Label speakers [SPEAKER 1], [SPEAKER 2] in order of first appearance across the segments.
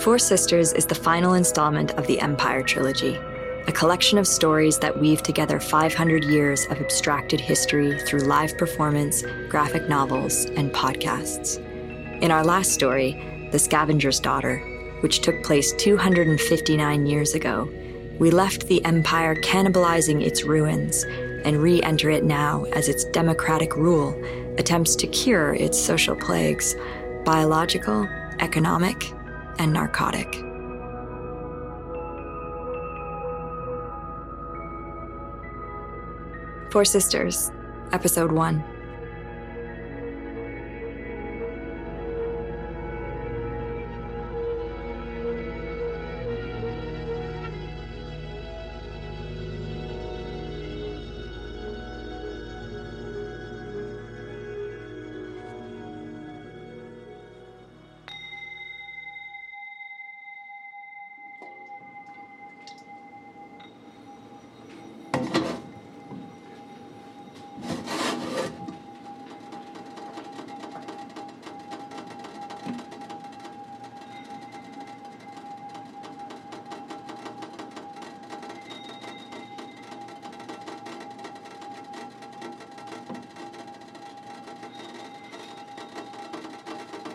[SPEAKER 1] Four Sisters is the final installment of the Empire trilogy, a collection of stories that weave together 500 years of abstracted history through live performance, graphic novels, and podcasts. In our last story, The Scavenger's Daughter, which took place 259 years ago, we left the empire cannibalizing its ruins and re enter it now as its democratic rule attempts to cure its social plagues biological, economic, and narcotic. Four Sisters, Episode 1.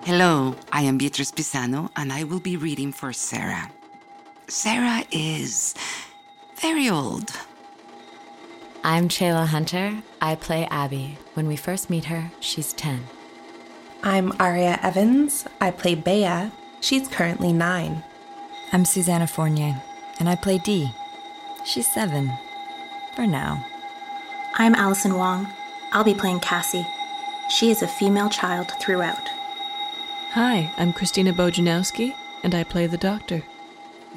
[SPEAKER 2] Hello, I am Beatriz Pisano, and I will be reading for Sarah. Sarah is very old.
[SPEAKER 3] I'm Chayla Hunter. I play Abby. When we first meet her, she's 10.
[SPEAKER 4] I'm Aria Evans. I play Bea. She's currently nine.
[SPEAKER 1] I'm Susanna Fournier, and I play Dee. She's seven. For now.
[SPEAKER 5] I'm Allison Wong. I'll be playing Cassie. She is a female child throughout.
[SPEAKER 6] Hi, I'm Christina Bojanowski, and I play the doctor.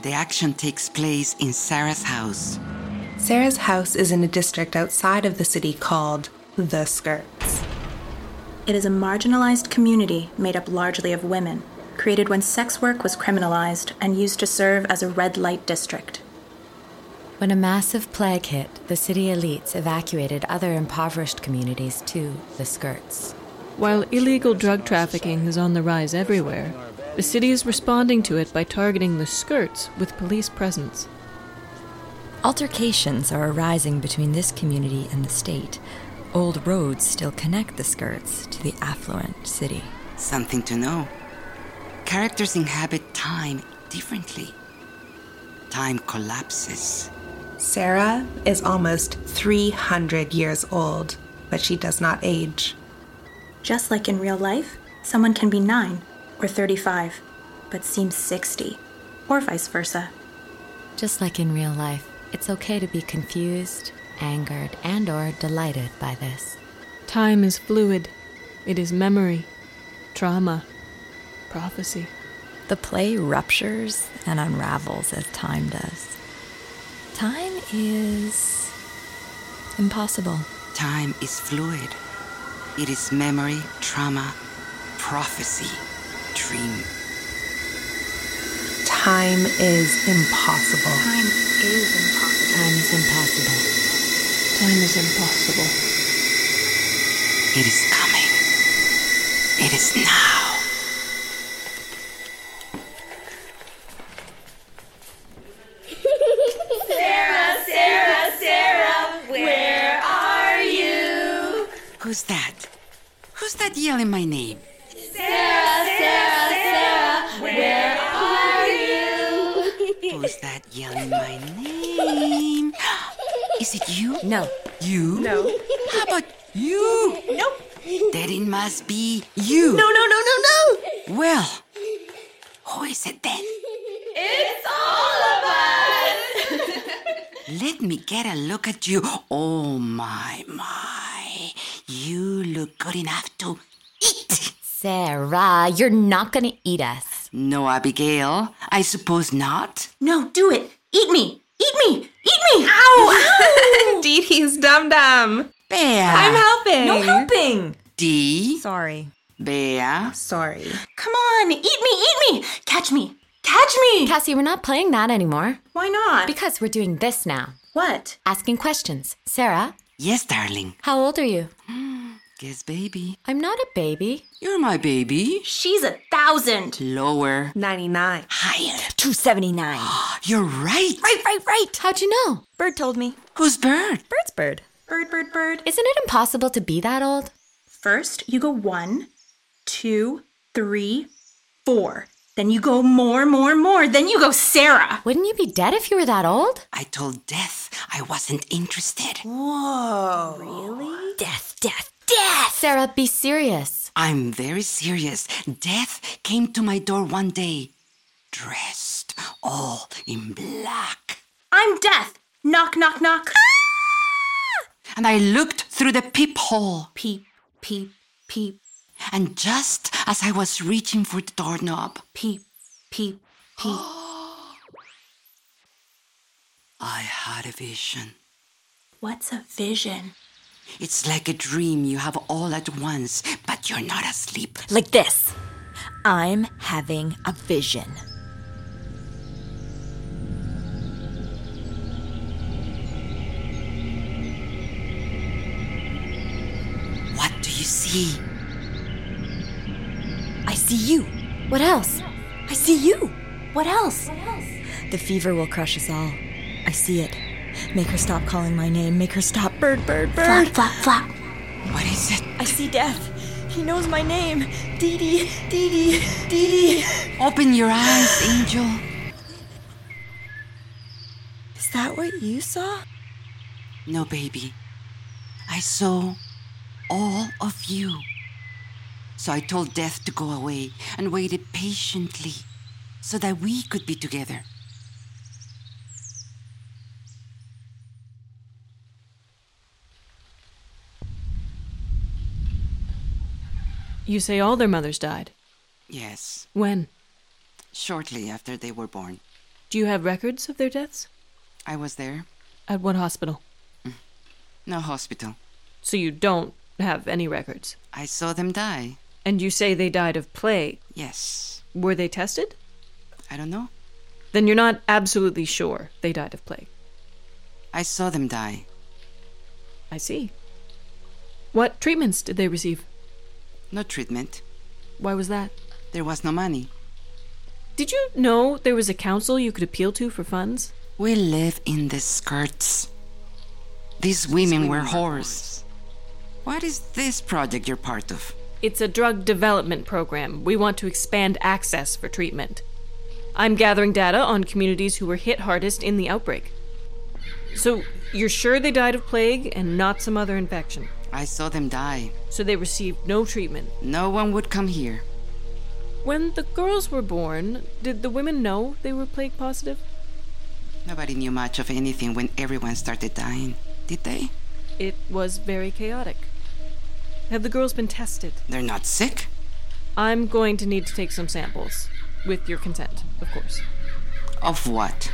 [SPEAKER 2] The action takes place in Sarah's house.
[SPEAKER 4] Sarah's house is in a district outside of the city called The Skirts.
[SPEAKER 5] It is a marginalized community made up largely of women, created when sex work was criminalized and used to serve as a red light district.
[SPEAKER 3] When a massive plague hit, the city elites evacuated other impoverished communities to the skirts.
[SPEAKER 6] While illegal drug trafficking is on the rise everywhere, the city is responding to it by targeting the skirts with police presence.
[SPEAKER 1] Altercations are arising between this community and the state. Old roads still connect the skirts to the affluent city.
[SPEAKER 2] Something to know. Characters inhabit time differently. Time collapses.
[SPEAKER 4] Sarah is almost 300 years old, but she does not age.
[SPEAKER 5] Just like in real life, someone can be 9 or 35, but seems 60, or vice versa.
[SPEAKER 3] Just like in real life, it's okay to be confused, angered, and or delighted by this.
[SPEAKER 6] Time is fluid, it is memory, trauma, prophecy.
[SPEAKER 1] The play ruptures and unravels as time does. Time is impossible.
[SPEAKER 2] Time is fluid. It is memory, trauma, prophecy, dream.
[SPEAKER 4] Time is impossible.
[SPEAKER 5] Time is impossible.
[SPEAKER 3] Time is impossible.
[SPEAKER 6] Time is impossible.
[SPEAKER 2] It is coming. It is now. Sarah, Sarah, Sarah, where are you? Who's that? Who's that yelling my name? Sarah, Sarah, Sarah, where are you? Who's that yelling my name? Is it you?
[SPEAKER 3] No,
[SPEAKER 2] You? No. How about you? Nope. Then it must be you. No, no, no, no, no. Well, who is it then? It's all of us. Let me get a look at you. Oh, my, my. You look good enough to eat.
[SPEAKER 3] Sarah, you're not gonna eat us.
[SPEAKER 2] No, Abigail. I suppose not.
[SPEAKER 5] No, do it. Eat me. Eat me. Eat me.
[SPEAKER 4] Indeed, he's dum dum.
[SPEAKER 2] Bea.
[SPEAKER 4] I'm helping. No
[SPEAKER 1] Helping!
[SPEAKER 2] D.
[SPEAKER 1] Sorry.
[SPEAKER 2] Bea.
[SPEAKER 4] Sorry.
[SPEAKER 5] Come on. Eat me. Eat me. Catch me. Catch me.
[SPEAKER 3] Cassie, we're not playing that anymore
[SPEAKER 5] Why not?
[SPEAKER 3] because we're doing this now.
[SPEAKER 5] what?
[SPEAKER 3] Asking questions. Sarah,
[SPEAKER 2] Yes, darling.
[SPEAKER 3] how old are you?
[SPEAKER 2] Vasquez, baby.
[SPEAKER 3] I'm not a baby.
[SPEAKER 2] You're my baby.
[SPEAKER 5] She's a thousand.
[SPEAKER 2] Lower.
[SPEAKER 4] 99.
[SPEAKER 2] Higher.
[SPEAKER 1] 279.
[SPEAKER 2] You're right.
[SPEAKER 1] right, right, right.
[SPEAKER 3] How'd you know?
[SPEAKER 1] Bird told me.
[SPEAKER 2] Who's Bird?
[SPEAKER 1] Bird's bird.
[SPEAKER 5] Bird, bird, bird.
[SPEAKER 3] Isn't it impossible to be that old?
[SPEAKER 5] First, you go one, two, three, four. Then you go more, more, more. Then you go Sarah.
[SPEAKER 3] Wouldn't you be dead if you were that old?
[SPEAKER 2] I told Death I wasn't interested.
[SPEAKER 1] Death, death, death.
[SPEAKER 3] Sarah, be serious.
[SPEAKER 2] I'm very serious. Death came to my door one day, dressed all in black.
[SPEAKER 5] I'm Death. Knock, knock, knock.
[SPEAKER 2] And I looked through the peephole.
[SPEAKER 5] Peep, peep, peep,
[SPEAKER 2] And just as I was reaching for the doorknob,
[SPEAKER 5] peep, peep, peep.
[SPEAKER 2] I had a vision.
[SPEAKER 5] What's a vision?
[SPEAKER 2] It's like a dream you have all at once, but you're not asleep.
[SPEAKER 1] Like this. I'm having a vision.
[SPEAKER 2] What do you see?
[SPEAKER 1] I see you.
[SPEAKER 3] What else?
[SPEAKER 1] I see you.
[SPEAKER 5] What else?
[SPEAKER 1] The fever will crush us all. I see it. Make her stop calling my name. Make her stop. Bird, bird,
[SPEAKER 5] Flap,
[SPEAKER 1] bird.
[SPEAKER 5] flap, flap.
[SPEAKER 2] What is it?
[SPEAKER 1] I see death. He knows my name. Dee Dee, Dee Dee, Dee Dee.
[SPEAKER 2] Open your eyes, Angel.
[SPEAKER 1] Is that what you saw?
[SPEAKER 2] No, baby. I saw all of you. So I told Death to go away and waited patiently so that we could be together.
[SPEAKER 6] You say all their mothers died.
[SPEAKER 2] Yes,
[SPEAKER 6] When?
[SPEAKER 2] shortly after they were born.
[SPEAKER 6] Do you have records of their deaths?
[SPEAKER 2] I was there.
[SPEAKER 6] At what hospital?
[SPEAKER 2] No hospital.
[SPEAKER 6] So you don't have any records.
[SPEAKER 2] I saw them die.
[SPEAKER 6] And you say they died of plague.
[SPEAKER 2] Yes.
[SPEAKER 6] Were they tested?
[SPEAKER 2] I don't know.
[SPEAKER 6] Then you're not absolutely sure they died of plague.
[SPEAKER 2] I saw them die.
[SPEAKER 6] I see. What treatments did they receive?
[SPEAKER 2] No treatment.
[SPEAKER 6] Why was that?
[SPEAKER 2] There was no money.
[SPEAKER 6] Did you know there was a council you could appeal to for funds?
[SPEAKER 2] We live in the skirts. These women were whores. What is this project you're part of?
[SPEAKER 6] It's a drug development program. We want to expand access for treatment. I'm gathering data on communities who were hit hardest in the outbreak. So, you're sure they died of plague and not some other infection?
[SPEAKER 2] I saw them die.
[SPEAKER 6] So, they received no treatment.
[SPEAKER 2] No one would come here.
[SPEAKER 6] When the girls were born, did the women know they were plague positive?
[SPEAKER 2] Nobody knew much of anything when everyone started dying, did they?
[SPEAKER 6] It was very chaotic. Have the girls been tested?
[SPEAKER 2] They're not sick.
[SPEAKER 6] I'm going to need to take some samples. With your consent, of course.
[SPEAKER 2] Of what?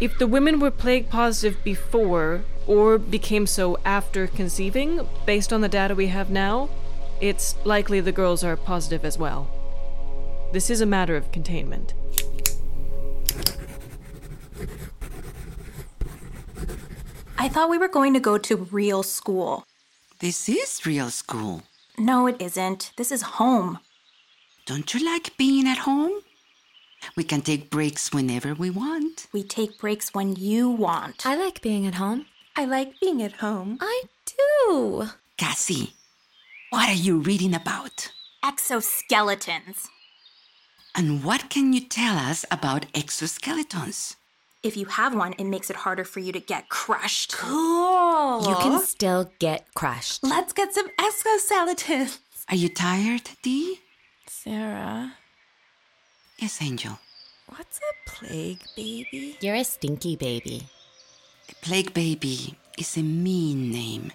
[SPEAKER 6] If the women were plague positive before, or became so after conceiving, based on the data we have now, it's likely the girls are positive as well. This is a matter of containment.
[SPEAKER 5] I thought we were going to go to real school.
[SPEAKER 2] This is real school.
[SPEAKER 5] No, it isn't. This is home.
[SPEAKER 2] Don't you like being at home? We can take breaks whenever we want.
[SPEAKER 5] We take breaks when you want.
[SPEAKER 3] I like being at home.
[SPEAKER 4] I like being at home.
[SPEAKER 3] I do.
[SPEAKER 2] Cassie, what are you reading about?
[SPEAKER 5] Exoskeletons.
[SPEAKER 2] And what can you tell us about exoskeletons?
[SPEAKER 5] If you have one, it makes it harder for you to get crushed.
[SPEAKER 3] You can still get crushed.
[SPEAKER 4] Let's get some exoskeletons.
[SPEAKER 2] Are you tired, Dee?
[SPEAKER 7] Sarah,
[SPEAKER 2] Yes, Angel.
[SPEAKER 7] what's a plague baby?
[SPEAKER 3] You're a stinky baby.
[SPEAKER 2] A plague baby is a mean name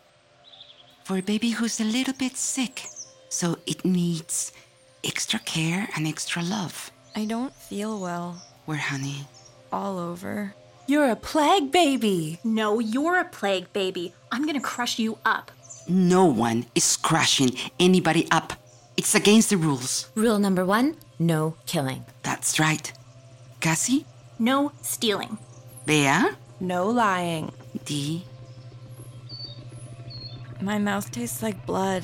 [SPEAKER 2] for a baby who's a little bit sick, so it needs extra care and extra love.
[SPEAKER 7] I don't feel well.
[SPEAKER 2] Where, honey?
[SPEAKER 7] All over.
[SPEAKER 4] You're a plague baby.
[SPEAKER 5] No, you're a plague baby. I'm gonna crush you up.
[SPEAKER 2] No one is crushing anybody up. It's against the rules.
[SPEAKER 3] Rule number one no killing.
[SPEAKER 2] That's right. Cassie,
[SPEAKER 5] No stealing.
[SPEAKER 2] Bea,
[SPEAKER 4] No lying.
[SPEAKER 2] Dee,
[SPEAKER 7] My mouth tastes like blood.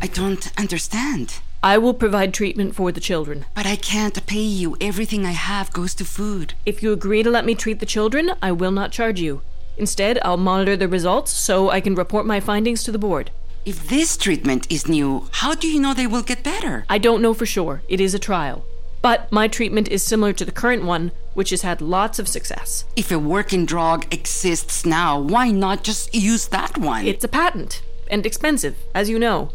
[SPEAKER 2] I don't understand.
[SPEAKER 6] I will provide treatment for the children.
[SPEAKER 2] But I can't pay you. Everything I have goes to food.
[SPEAKER 6] If you agree to let me treat the children, I will not charge you. Instead, I'll monitor the results so I can report my findings to the board.
[SPEAKER 2] If this treatment is new, how do you know they will get better?
[SPEAKER 6] I don't know for sure. It is a trial. But my treatment is similar to the current one, which has had lots of success.
[SPEAKER 2] If a working drug exists now, why not just use that one?
[SPEAKER 6] It's a patent and expensive, as you know.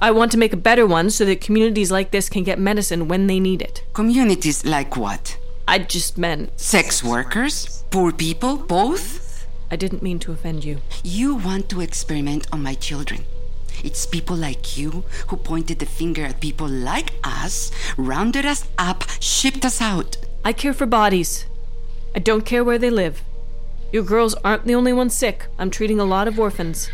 [SPEAKER 6] I want to make a better one so that communities like this can get medicine when they need it.
[SPEAKER 2] Communities like what?
[SPEAKER 6] I just meant,
[SPEAKER 2] Sex workers? Poor people? Both?
[SPEAKER 6] I didn't mean to offend you.
[SPEAKER 2] You want to experiment on my children. It's people like you who pointed the finger at people like us, rounded us up, shipped us out.
[SPEAKER 6] I care for bodies. I don't care where they live. Your girls aren't the only ones sick. I'm treating a lot of orphans.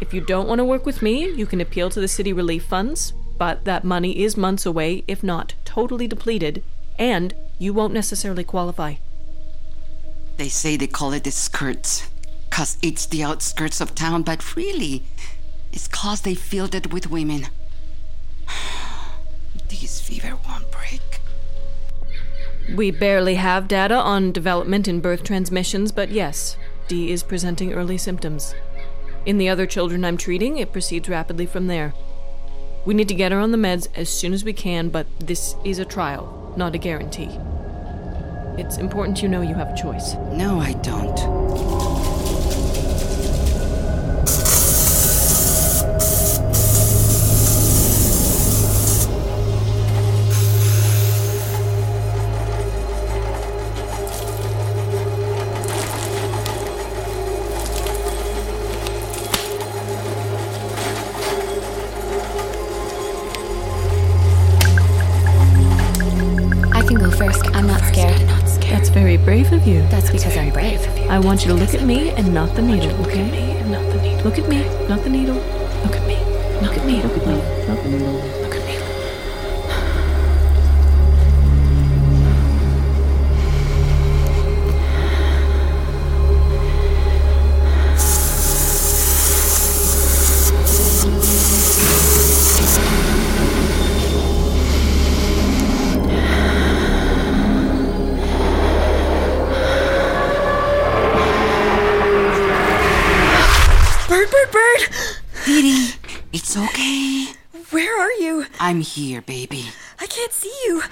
[SPEAKER 6] If you don't want to work with me, you can appeal to the city relief funds, but that money is months away, if not totally depleted, and you won't necessarily qualify.
[SPEAKER 2] They say they call it the skirts, 'cause it's the outskirts of town, but really, it's 'cause they filled it with women. These fever won't break.
[SPEAKER 6] We barely have data on development in birth transmissions, but yes, Dee is presenting early symptoms. In the other children I'm treating, it proceeds rapidly from there. We need to get her on the meds as soon as we can, but this is a trial, not a guarantee. It's important you know you have a choice.
[SPEAKER 2] No, I don't.
[SPEAKER 3] I can go first. I'm not scared.
[SPEAKER 6] That's very brave of you.
[SPEAKER 3] That's because I'm brave.
[SPEAKER 6] I want you to look at me and not the needle, okay? Look at me, not the needle. Look at me, not the needle. Look at me, not the needle. Look at me.
[SPEAKER 7] Bird, bird, bird!
[SPEAKER 2] Didi, it's okay.
[SPEAKER 7] Where are you?
[SPEAKER 2] I'm here, baby.
[SPEAKER 7] I can't see you.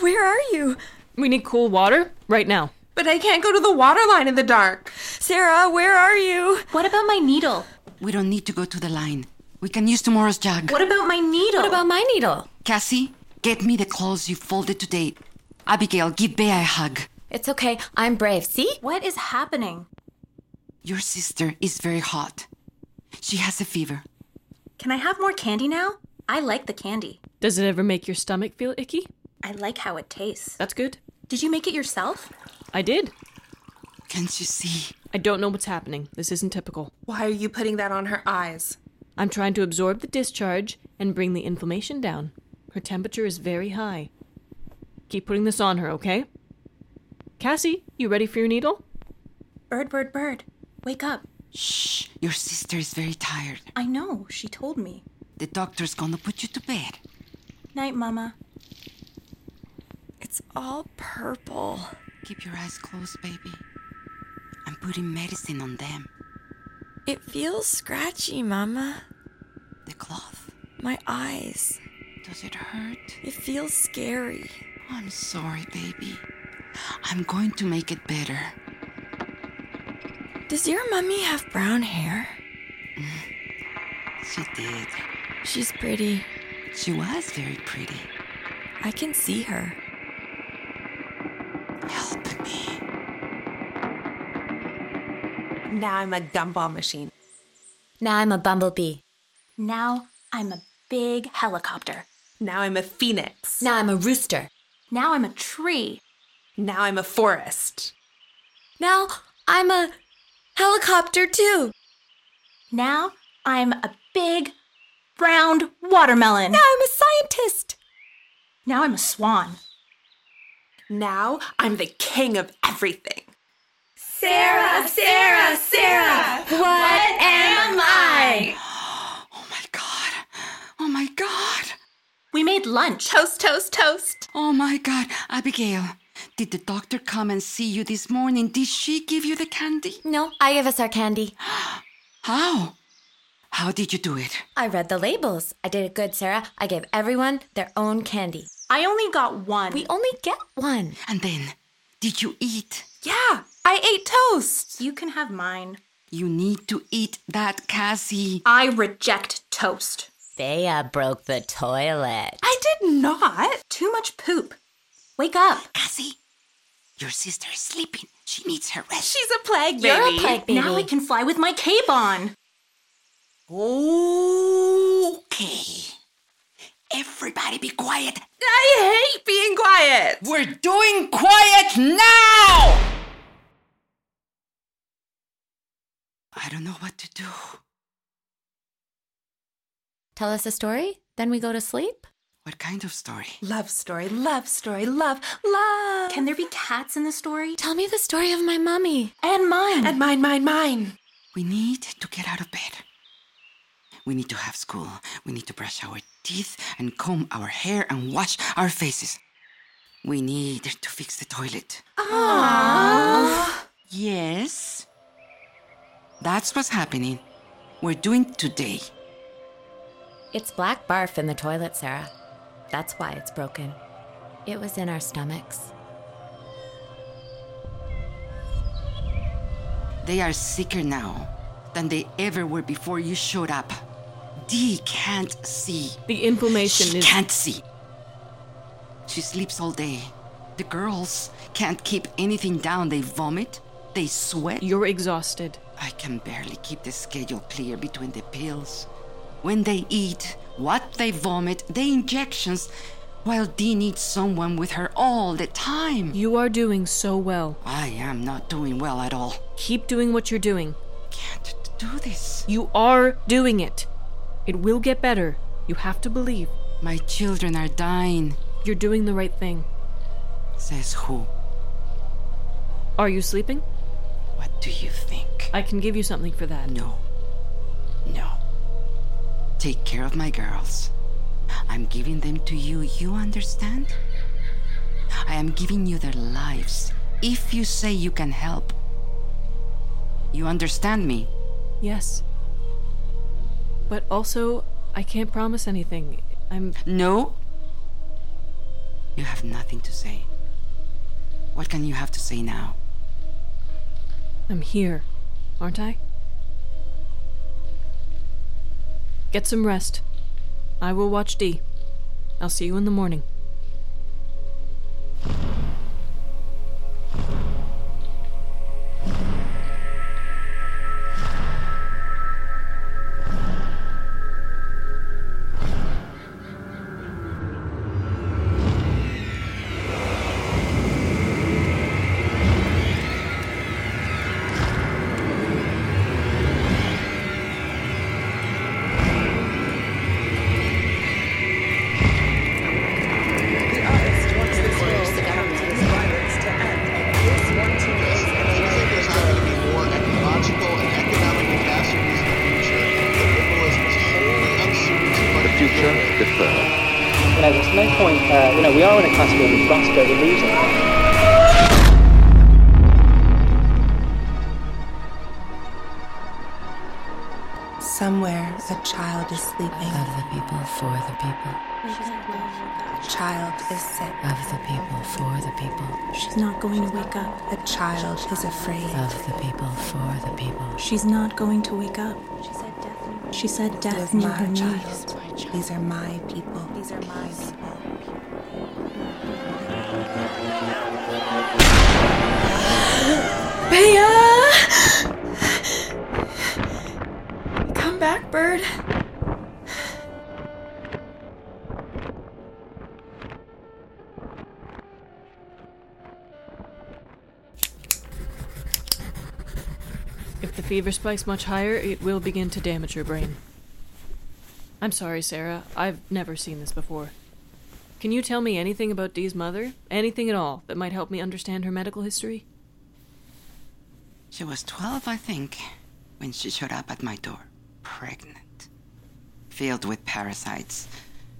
[SPEAKER 7] Where are you?
[SPEAKER 6] We need cool water right now.
[SPEAKER 4] But I can't go to the water line in the dark.
[SPEAKER 7] Sarah, where are you?
[SPEAKER 5] What about my needle?
[SPEAKER 2] We don't need to go to the line. We can use tomorrow's jug.
[SPEAKER 5] What about my needle?
[SPEAKER 3] What about my needle?
[SPEAKER 2] Cassie, get me the clothes you folded today. Abigail, give Bea a hug.
[SPEAKER 3] It's okay. I'm brave. See?
[SPEAKER 5] What is happening?
[SPEAKER 2] Your sister is very hot. She has a fever.
[SPEAKER 5] Can I have more candy now? I like the candy.
[SPEAKER 6] Does it ever make your stomach feel icky?
[SPEAKER 5] I like how it tastes.
[SPEAKER 6] That's good.
[SPEAKER 5] Did you make it yourself?
[SPEAKER 6] I did.
[SPEAKER 2] Can't you see?
[SPEAKER 6] I don't know what's happening. This isn't typical.
[SPEAKER 4] Why are you putting that on her eyes?
[SPEAKER 6] I'm trying to absorb the discharge and bring the inflammation down. Her temperature is very high. Keep putting this on her, okay? Cassie, you ready for your needle?
[SPEAKER 5] Bird, bird, bird. Wake up.
[SPEAKER 2] Shh, your sister is very tired.
[SPEAKER 5] I know, she told me.
[SPEAKER 2] The doctor's gonna put you to bed.
[SPEAKER 5] Night, Mama.
[SPEAKER 7] It's all purple.
[SPEAKER 2] Keep your eyes closed, baby. I'm putting medicine on them.
[SPEAKER 7] It feels scratchy, Mama.
[SPEAKER 2] The cloth.
[SPEAKER 7] My eyes.
[SPEAKER 2] Does it hurt?
[SPEAKER 7] It feels scary.
[SPEAKER 2] I'm sorry, baby. I'm going to make it better.
[SPEAKER 7] Does your mummy have brown hair?
[SPEAKER 2] She did.
[SPEAKER 7] She's pretty.
[SPEAKER 2] She was very pretty.
[SPEAKER 7] I can see her.
[SPEAKER 2] Help me.
[SPEAKER 4] Now I'm a gumball machine.
[SPEAKER 3] Now I'm a bumblebee.
[SPEAKER 5] Now I'm a big helicopter.
[SPEAKER 4] Now I'm a phoenix.
[SPEAKER 3] Now I'm a rooster.
[SPEAKER 5] Now I'm a tree.
[SPEAKER 4] Now I'm a forest.
[SPEAKER 3] Now I'm a helicopter too.
[SPEAKER 5] Now I'm a big round watermelon.
[SPEAKER 3] Now I'm a scientist.
[SPEAKER 5] Now I'm a swan.
[SPEAKER 4] Now I'm the king of everything.
[SPEAKER 8] Sarah, Sarah, Sarah, what am I?
[SPEAKER 2] Oh my god. Oh my god.
[SPEAKER 5] We made lunch.
[SPEAKER 8] Toast, toast, toast.
[SPEAKER 2] Oh my god. Abigail, did the doctor come and see you this morning? Did she give you the candy?
[SPEAKER 3] No, I gave us our candy.
[SPEAKER 2] How? How did you do it?
[SPEAKER 3] I read the labels. I did it good, Sarah. I gave everyone their own candy.
[SPEAKER 5] I only got one.
[SPEAKER 3] We only get one.
[SPEAKER 2] And then, did you eat?
[SPEAKER 4] Yeah, I ate toast.
[SPEAKER 5] you can have mine.
[SPEAKER 2] You need to eat that, Cassie.
[SPEAKER 5] I reject toast.
[SPEAKER 3] Thea broke the toilet.
[SPEAKER 4] I did not.
[SPEAKER 5] Too much poop. Wake up.
[SPEAKER 2] Cassie, your sister is sleeping. She needs her rest.
[SPEAKER 4] She's a plague baby.
[SPEAKER 3] You're a plague baby.
[SPEAKER 5] Now I can fly with my cape on.
[SPEAKER 2] Okay. Everybody be quiet.
[SPEAKER 4] I hate being quiet.
[SPEAKER 2] We're doing quiet now! I don't know what to do.
[SPEAKER 3] Tell us a story, then we go to sleep?
[SPEAKER 2] What kind of story?
[SPEAKER 4] Love story, love story, love, love.
[SPEAKER 5] Uh. Can there be cats in the story?
[SPEAKER 3] Tell me the story of my mummy.
[SPEAKER 5] And mine.
[SPEAKER 4] and mine, mine, mine.
[SPEAKER 2] We need to get out of bed. We need to have school. We need to brush our teeth and comb our hair and wash our faces. We need to fix the toilet. Aww. Yes. That's what's happening. We're doing today.
[SPEAKER 3] It's black barf in the toilet, Sarah. That's why it's broken. It was in our stomachs.
[SPEAKER 2] They are sicker now than they ever were before you showed up. Dee can't see.
[SPEAKER 6] The inflammation
[SPEAKER 2] She
[SPEAKER 6] is.
[SPEAKER 2] can't see. She sleeps all day. The girls can't keep anything down. They vomit, they sweat.
[SPEAKER 6] You're exhausted.
[SPEAKER 2] I can barely keep the schedule clear between the pills. When they eat, what they vomit, the injections, while Dee needs someone with her all the time.
[SPEAKER 6] You are doing so well.
[SPEAKER 2] I am not doing well at all.
[SPEAKER 6] Keep doing what you're doing.
[SPEAKER 2] Can't do this.
[SPEAKER 6] You are doing it. It will get better. You have to believe.
[SPEAKER 2] My children are dying,
[SPEAKER 6] You're doing the right thing.
[SPEAKER 2] says who?
[SPEAKER 6] Are you sleeping?
[SPEAKER 2] What do you think?
[SPEAKER 6] I can give you something for that.
[SPEAKER 2] No. No. Take care of my girls. I'm giving them to you, you understand? I am giving you their lives if you say you can help. You understand me?
[SPEAKER 6] Yes. But also, I can't promise anything. I'm.
[SPEAKER 2] No? You have nothing to say. What can you have to say now?
[SPEAKER 6] I'm here, aren't I? Get some rest. I will watch D. I'll see you in the morning.
[SPEAKER 9] The future deferred.
[SPEAKER 10] you know, there's no point, uh, you know, we are in a category of must go, we're losing.
[SPEAKER 4] Somewhere a child is sleeping.
[SPEAKER 3] Of the people, for the people.
[SPEAKER 4] A child is sick.
[SPEAKER 3] Of the people, for the people.
[SPEAKER 5] She's not going to wake up.
[SPEAKER 4] A child is afraid.
[SPEAKER 3] Of the people, for the people.
[SPEAKER 5] She's not going to wake up. She said
[SPEAKER 4] It
[SPEAKER 5] death
[SPEAKER 4] is
[SPEAKER 5] knew her
[SPEAKER 4] my
[SPEAKER 5] knees.
[SPEAKER 4] child. These are my people. These are my people.
[SPEAKER 7] Bea! Come back, bird.
[SPEAKER 6] If the fever spikes much higher, it will begin to damage your brain. I'm sorry, Sarah. I've never seen this before. Can you tell me anything about Dee's mother? Anything at all that might help me understand her medical history?
[SPEAKER 2] She was 12, I think, when she showed up at my door, pregnant, filled with parasites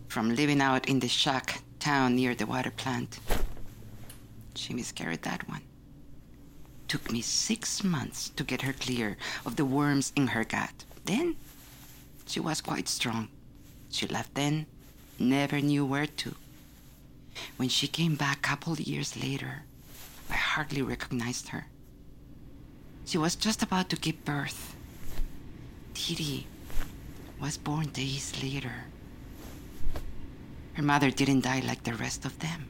[SPEAKER 2] from living out in the shack town near the water plant. She miscarried that one. Took me six months to get her clear of the worms in her gut. Then, she was quite strong. She left then, never knew where to. When she came back a couple years later, I hardly recognized her. She was just about to give birth. Titi was born days later. Her mother didn't die like the rest of them.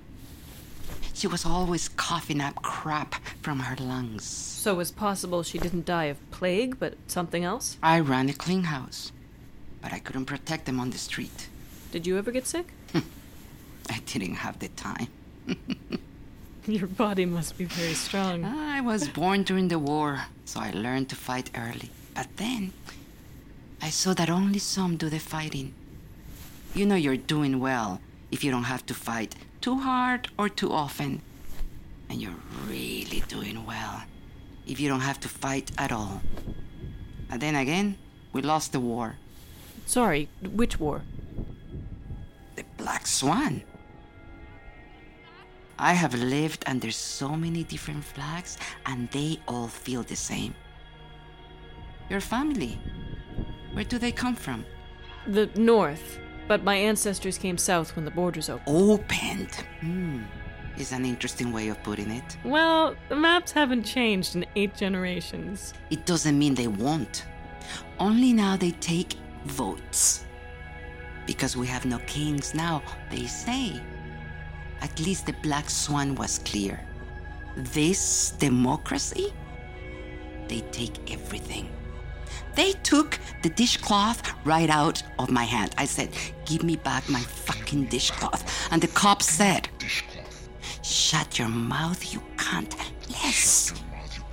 [SPEAKER 2] She was always coughing up crap from her lungs.
[SPEAKER 6] So it's possible she didn't die of plague, but something else?
[SPEAKER 2] I ran a clean house, but I couldn't protect them on the street.
[SPEAKER 6] Did you ever get sick?
[SPEAKER 2] I didn't have the time.
[SPEAKER 6] Your body must be very strong.
[SPEAKER 2] I was born during the war, so I learned to fight early. But then, I saw that only some do the fighting. You know you're doing well if you don't have to fight too hard or too often. And you're really doing well if you don't have to fight at all. And then again, we lost the war.
[SPEAKER 6] Sorry, which war?
[SPEAKER 2] the black swan. I have lived under so many different flags, and they all feel the same. Your family, where do they come from?
[SPEAKER 6] The north. But my ancestors came south when the borders opened.
[SPEAKER 2] Opened. Hmm. Is an interesting way of putting it.
[SPEAKER 6] Well, the maps haven't changed in eight generations.
[SPEAKER 2] It doesn't mean they won't. Only now they take votes. Because we have no kings now, they say. At least the black swan was clear. This democracy? They take everything. They took the dishcloth right out of my hand. I said, Give me back my fucking dishcloth. And the cop said, Shut your mouth, you cunt. Yes.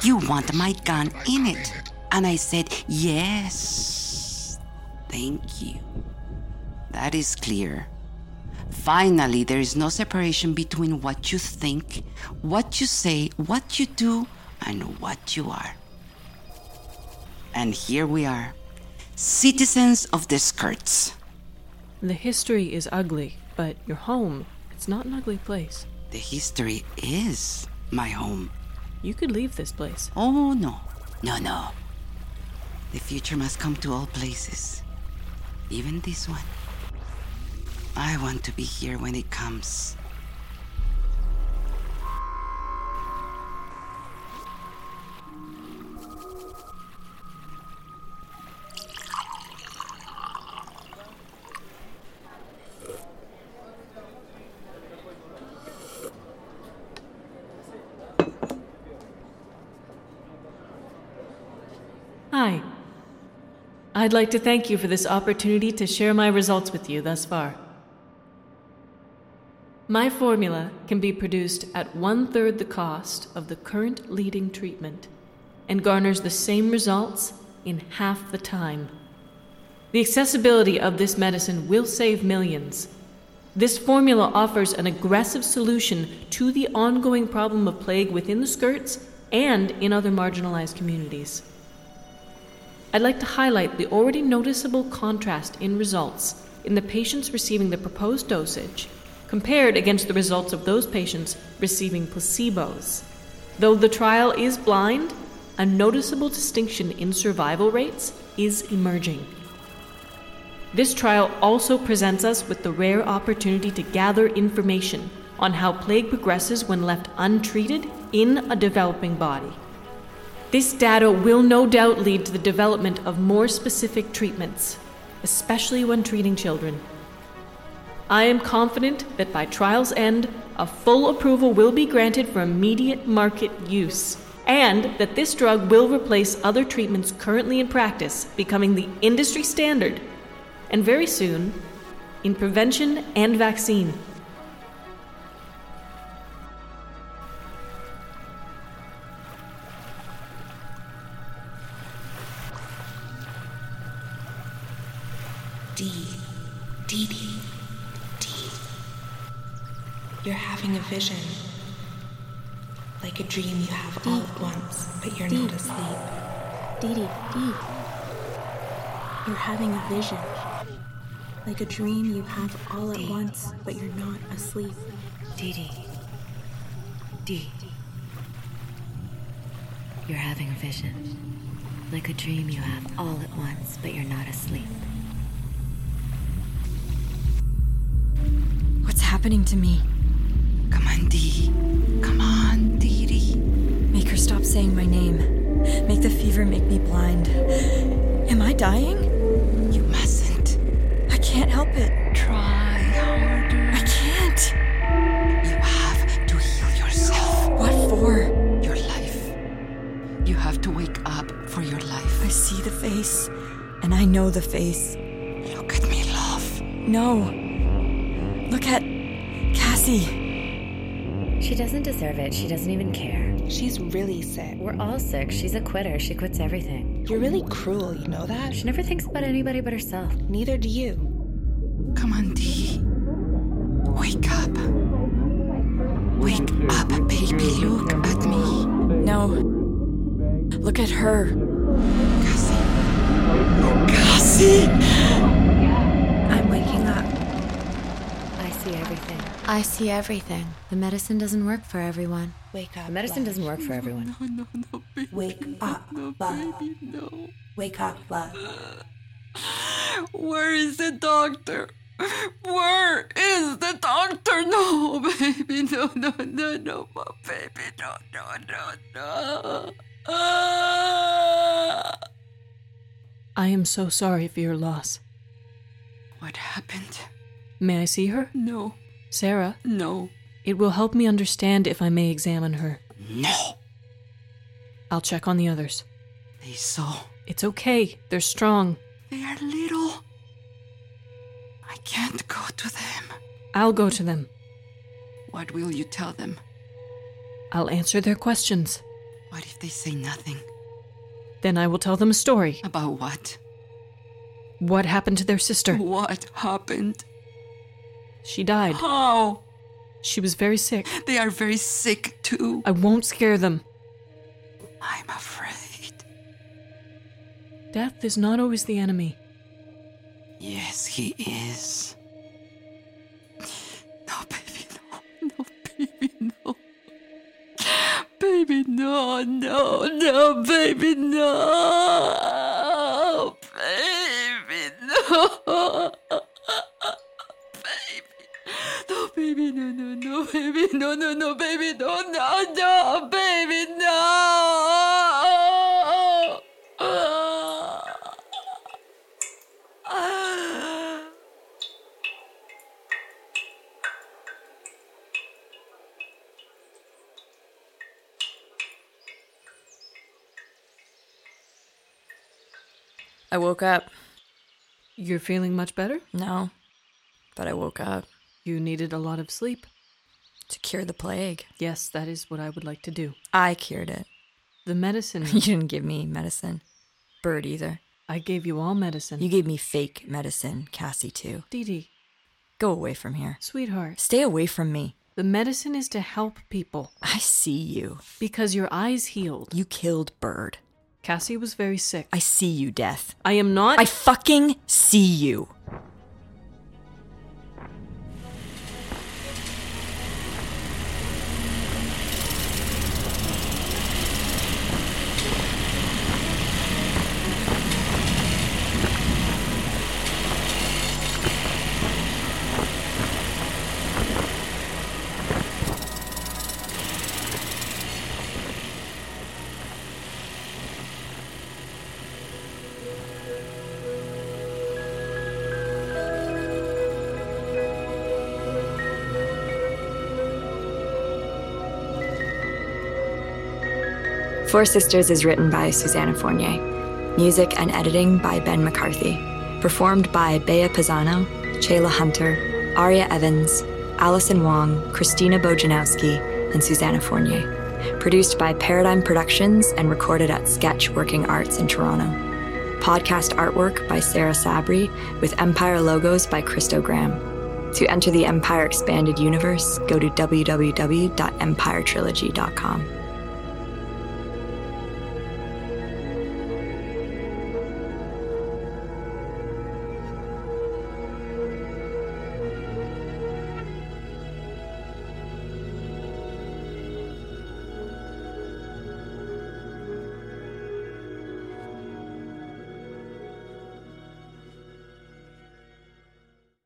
[SPEAKER 2] You want my gun in it. And I said, Yes. Thank you. That is clear. Finally, there is no separation between what you think, what you say, what you do, and what you are. And here we are, citizens of the skirts.
[SPEAKER 6] The history is ugly, but your home, it's not an ugly place.
[SPEAKER 2] The history is my home.
[SPEAKER 6] You could leave this place.
[SPEAKER 2] Oh, no, no, no. The future must come to all places, even this one. I want to be here when it comes.
[SPEAKER 6] Hi. I'd like to thank you for this opportunity to share my results with you thus far. My formula can be produced at one third the cost of the current leading treatment and garners the same results in half the time. The accessibility of this medicine will save millions. This formula offers an aggressive solution to the ongoing problem of plague within the skirts and in other marginalized communities. I'd like to highlight the already noticeable contrast in results in the patients receiving the proposed dosage compared against the results of those patients receiving placebos. Though the trial is blind, a noticeable distinction in survival rates is emerging. This trial also presents us with the rare opportunity to gather information on how plague progresses when left untreated in a developing body. This data will no doubt lead to the development of more specific treatments, especially when treating children. I am confident that by trial's end, a full approval will be granted for immediate market use, and that this drug will replace other treatments currently in practice, becoming the industry standard, and very soon, in prevention and vaccine.
[SPEAKER 4] D. D. D. D. You're having a vision. Like a dream you have all at once, but you're not asleep.
[SPEAKER 5] Dee Dee, Dee. You're having a vision. Like a dream you have all at once, but you're not asleep.
[SPEAKER 3] Dee Dee. Dee. You're having a vision. Like a dream you have all at once, but you're not asleep.
[SPEAKER 1] What's happening to me?
[SPEAKER 2] Come on, Dee. Come on, Dee Dee.
[SPEAKER 1] Make her stop saying my name. Make the fever make me blind. Am I dying?
[SPEAKER 2] You mustn't.
[SPEAKER 1] I can't help it.
[SPEAKER 2] Try harder.
[SPEAKER 1] I can't.
[SPEAKER 2] You have to heal yourself,
[SPEAKER 1] What for?
[SPEAKER 2] your life. You have to wake up for your life.
[SPEAKER 1] I see the face, and I know the face.
[SPEAKER 2] Look at me, love.
[SPEAKER 1] No. Look at Cassie.
[SPEAKER 3] She doesn't deserve it. She doesn't even care.
[SPEAKER 4] She's really sick.
[SPEAKER 3] We're all sick. She's a quitter. She quits everything.
[SPEAKER 4] You're really cruel, you know that?
[SPEAKER 3] She never thinks about anybody but herself.
[SPEAKER 4] Neither do you.
[SPEAKER 2] Come on, Dee. Wake up. Wake up, baby. Look at me.
[SPEAKER 1] No. Look at her.
[SPEAKER 2] Cassie. Cassie!
[SPEAKER 4] I'm waking up.
[SPEAKER 3] I see everything.
[SPEAKER 9] I see everything.
[SPEAKER 3] The medicine doesn't work for everyone.
[SPEAKER 4] Wake up.
[SPEAKER 3] The medicine doesn't work for everyone.
[SPEAKER 4] love. Wake up, love. Wake up, love.
[SPEAKER 2] Where is the doctor? Where is the doctor? No, baby, no, no, no, no, my baby, no, no, no, no. Ah.
[SPEAKER 6] I am so sorry for your loss.
[SPEAKER 2] What happened?
[SPEAKER 6] May I see her?
[SPEAKER 2] No,
[SPEAKER 6] Sarah,
[SPEAKER 2] no,
[SPEAKER 6] it will help me understand if I may examine her.
[SPEAKER 2] no.
[SPEAKER 6] I'll check on the others.
[SPEAKER 2] They saw.
[SPEAKER 6] It's okay, they're strong.
[SPEAKER 2] They are little. I can't go to them.
[SPEAKER 6] I'll go to them.
[SPEAKER 2] What will you tell them?
[SPEAKER 6] I'll answer their questions.
[SPEAKER 2] What if they say nothing?
[SPEAKER 6] Then I will tell them a story.
[SPEAKER 2] About what?
[SPEAKER 6] What happened to their sister?
[SPEAKER 2] What happened?
[SPEAKER 6] She died.
[SPEAKER 2] How?
[SPEAKER 6] She was very sick.
[SPEAKER 2] They are very sick too.
[SPEAKER 6] I won't scare them.
[SPEAKER 2] I'm afraid.
[SPEAKER 6] Death is not always the enemy.
[SPEAKER 2] Yes, he is. No, baby, no. No, baby, no. Baby, no, no, no, baby, no. Baby, no. Baby. No, baby, no, no, no, baby, no, no, no, baby, no, no, no, baby, no.
[SPEAKER 9] I woke up.
[SPEAKER 6] You're feeling much better?
[SPEAKER 9] No. But I woke up
[SPEAKER 6] You needed a lot of sleep.
[SPEAKER 9] to cure the plague.
[SPEAKER 6] Yes, that is what I would like to do.
[SPEAKER 9] I cured it.
[SPEAKER 6] The medicine.
[SPEAKER 9] You didn't give me medicine. Bird either.
[SPEAKER 6] I gave you all medicine.
[SPEAKER 9] You gave me fake medicine, Cassie, too.
[SPEAKER 6] Dee Dee,
[SPEAKER 9] Go away from here.
[SPEAKER 6] sweetheart,
[SPEAKER 9] Stay away from me.
[SPEAKER 6] the medicine is to help people
[SPEAKER 9] I see you.
[SPEAKER 6] because your eyes healed.
[SPEAKER 9] You killed Bird.
[SPEAKER 6] Cassie was very sick.
[SPEAKER 9] I see you, Death.
[SPEAKER 6] I am not.
[SPEAKER 9] I fucking see you.
[SPEAKER 1] Four Sisters is written by Susanna Fournier. Music and editing by Ben McCarthy. Performed by Bea Pisano, Chayla Hunter, Aria Evans, Allison Wong, Christina Bojanowski, and Susanna Fournier. Produced by Paradigm Productions and recorded at Sketch Working Arts in Toronto. Podcast artwork by Sarah Sabri with Empire logos by Christo Graham. To enter the Empire Expanded universe, go to www.empiretrilogy.com.